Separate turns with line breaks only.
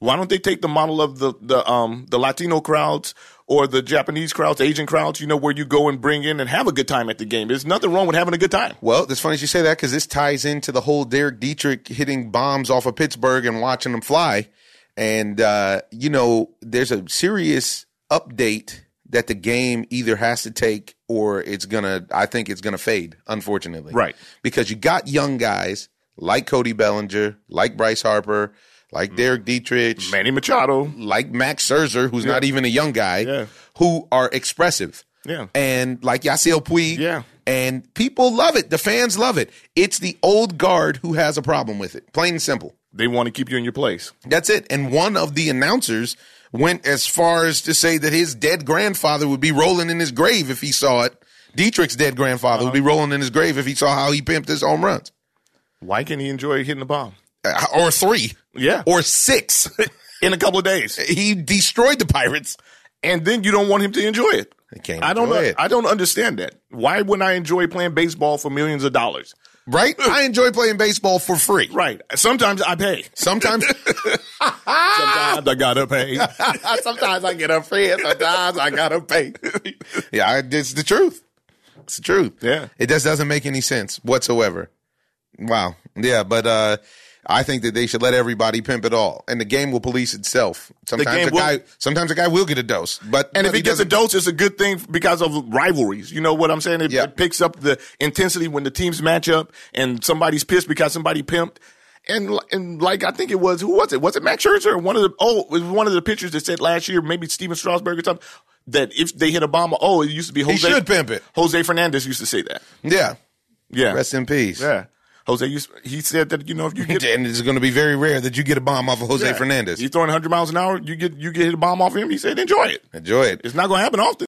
Why don't they take the model of the the um the Latino crowds or the Japanese crowds, Asian crowds? You know where you go and bring in and have a good time at the game. There's nothing wrong with having a good time.
Well, it's funny you say that because this ties into the whole Derek Dietrich hitting bombs off of Pittsburgh and watching them fly. And uh, you know, there's a serious update that the game either has to take or it's gonna I think it's gonna fade, unfortunately.
Right.
Because you got young guys like Cody Bellinger, like Bryce Harper,
Mm.
like Derek Dietrich,
Manny Machado.
like Max Scherzer, who's not even a young guy,
Yeah.
who are expressive.
Yeah.
And like Yasiel Puig.
Yeah.
And people love it. The fans love it. It's the old guard who has a problem with it. Plain and simple.
They want to keep you in your place.
That's it. And one of the announcers went as far as to say that his dead grandfather would be rolling in his grave if he saw it. Dietrich's dead grandfather would be
Uh-huh.
rolling in his grave if he saw how he pimped his home runs.
Why can't he enjoy hitting the bomb?
Uh, Or three.
Yeah.
Or six.
in a couple of days.
he destroyed the Pirates.
And then you don't want him to enjoy it.
I can't
I don't
enjoy
know.
it.
I don't understand that. Why wouldn't I enjoy playing baseball for millions of dollars?
Right? I enjoy playing baseball for free.
Right. Sometimes I pay.
Sometimes
Sometimes I gotta pay.
Ah! sometimes I get a free, and sometimes I gotta pay. yeah, I, it's the truth. It's the truth.
Yeah.
It just doesn't make any sense whatsoever. Wow. Yeah, but uh I think that they should let everybody pimp it all, and the game will police itself. Sometimes
game
a
will-
guy, sometimes a guy will get a dose, but
And
but
if he gets a
doesn't-
dose, it's a good thing because of rivalries. You know what I'm saying? It,
Yeah.
it picks up the intensity when the teams match up and somebody's pissed because somebody pimped. And li- and like I think it was who was it? Was it Max Scherzer? Or one of the oh it was one of the pitchers that said last year maybe Steven Strasburg or something that if they hit a bomb, oh it used to be Jose.
should pimp it.
Jose Fernandez used to say that.
yeah,
Yeah,
rest in peace.
yeah. Jose used he said that you know if you get
And it's going to be very rare that you get a bomb off of Jose
Yeah.
Fernandez.
He's throwing 100 miles an hour. You get you get hit a bomb off him. He said, enjoy it.
Enjoy it.
It's not going to happen often.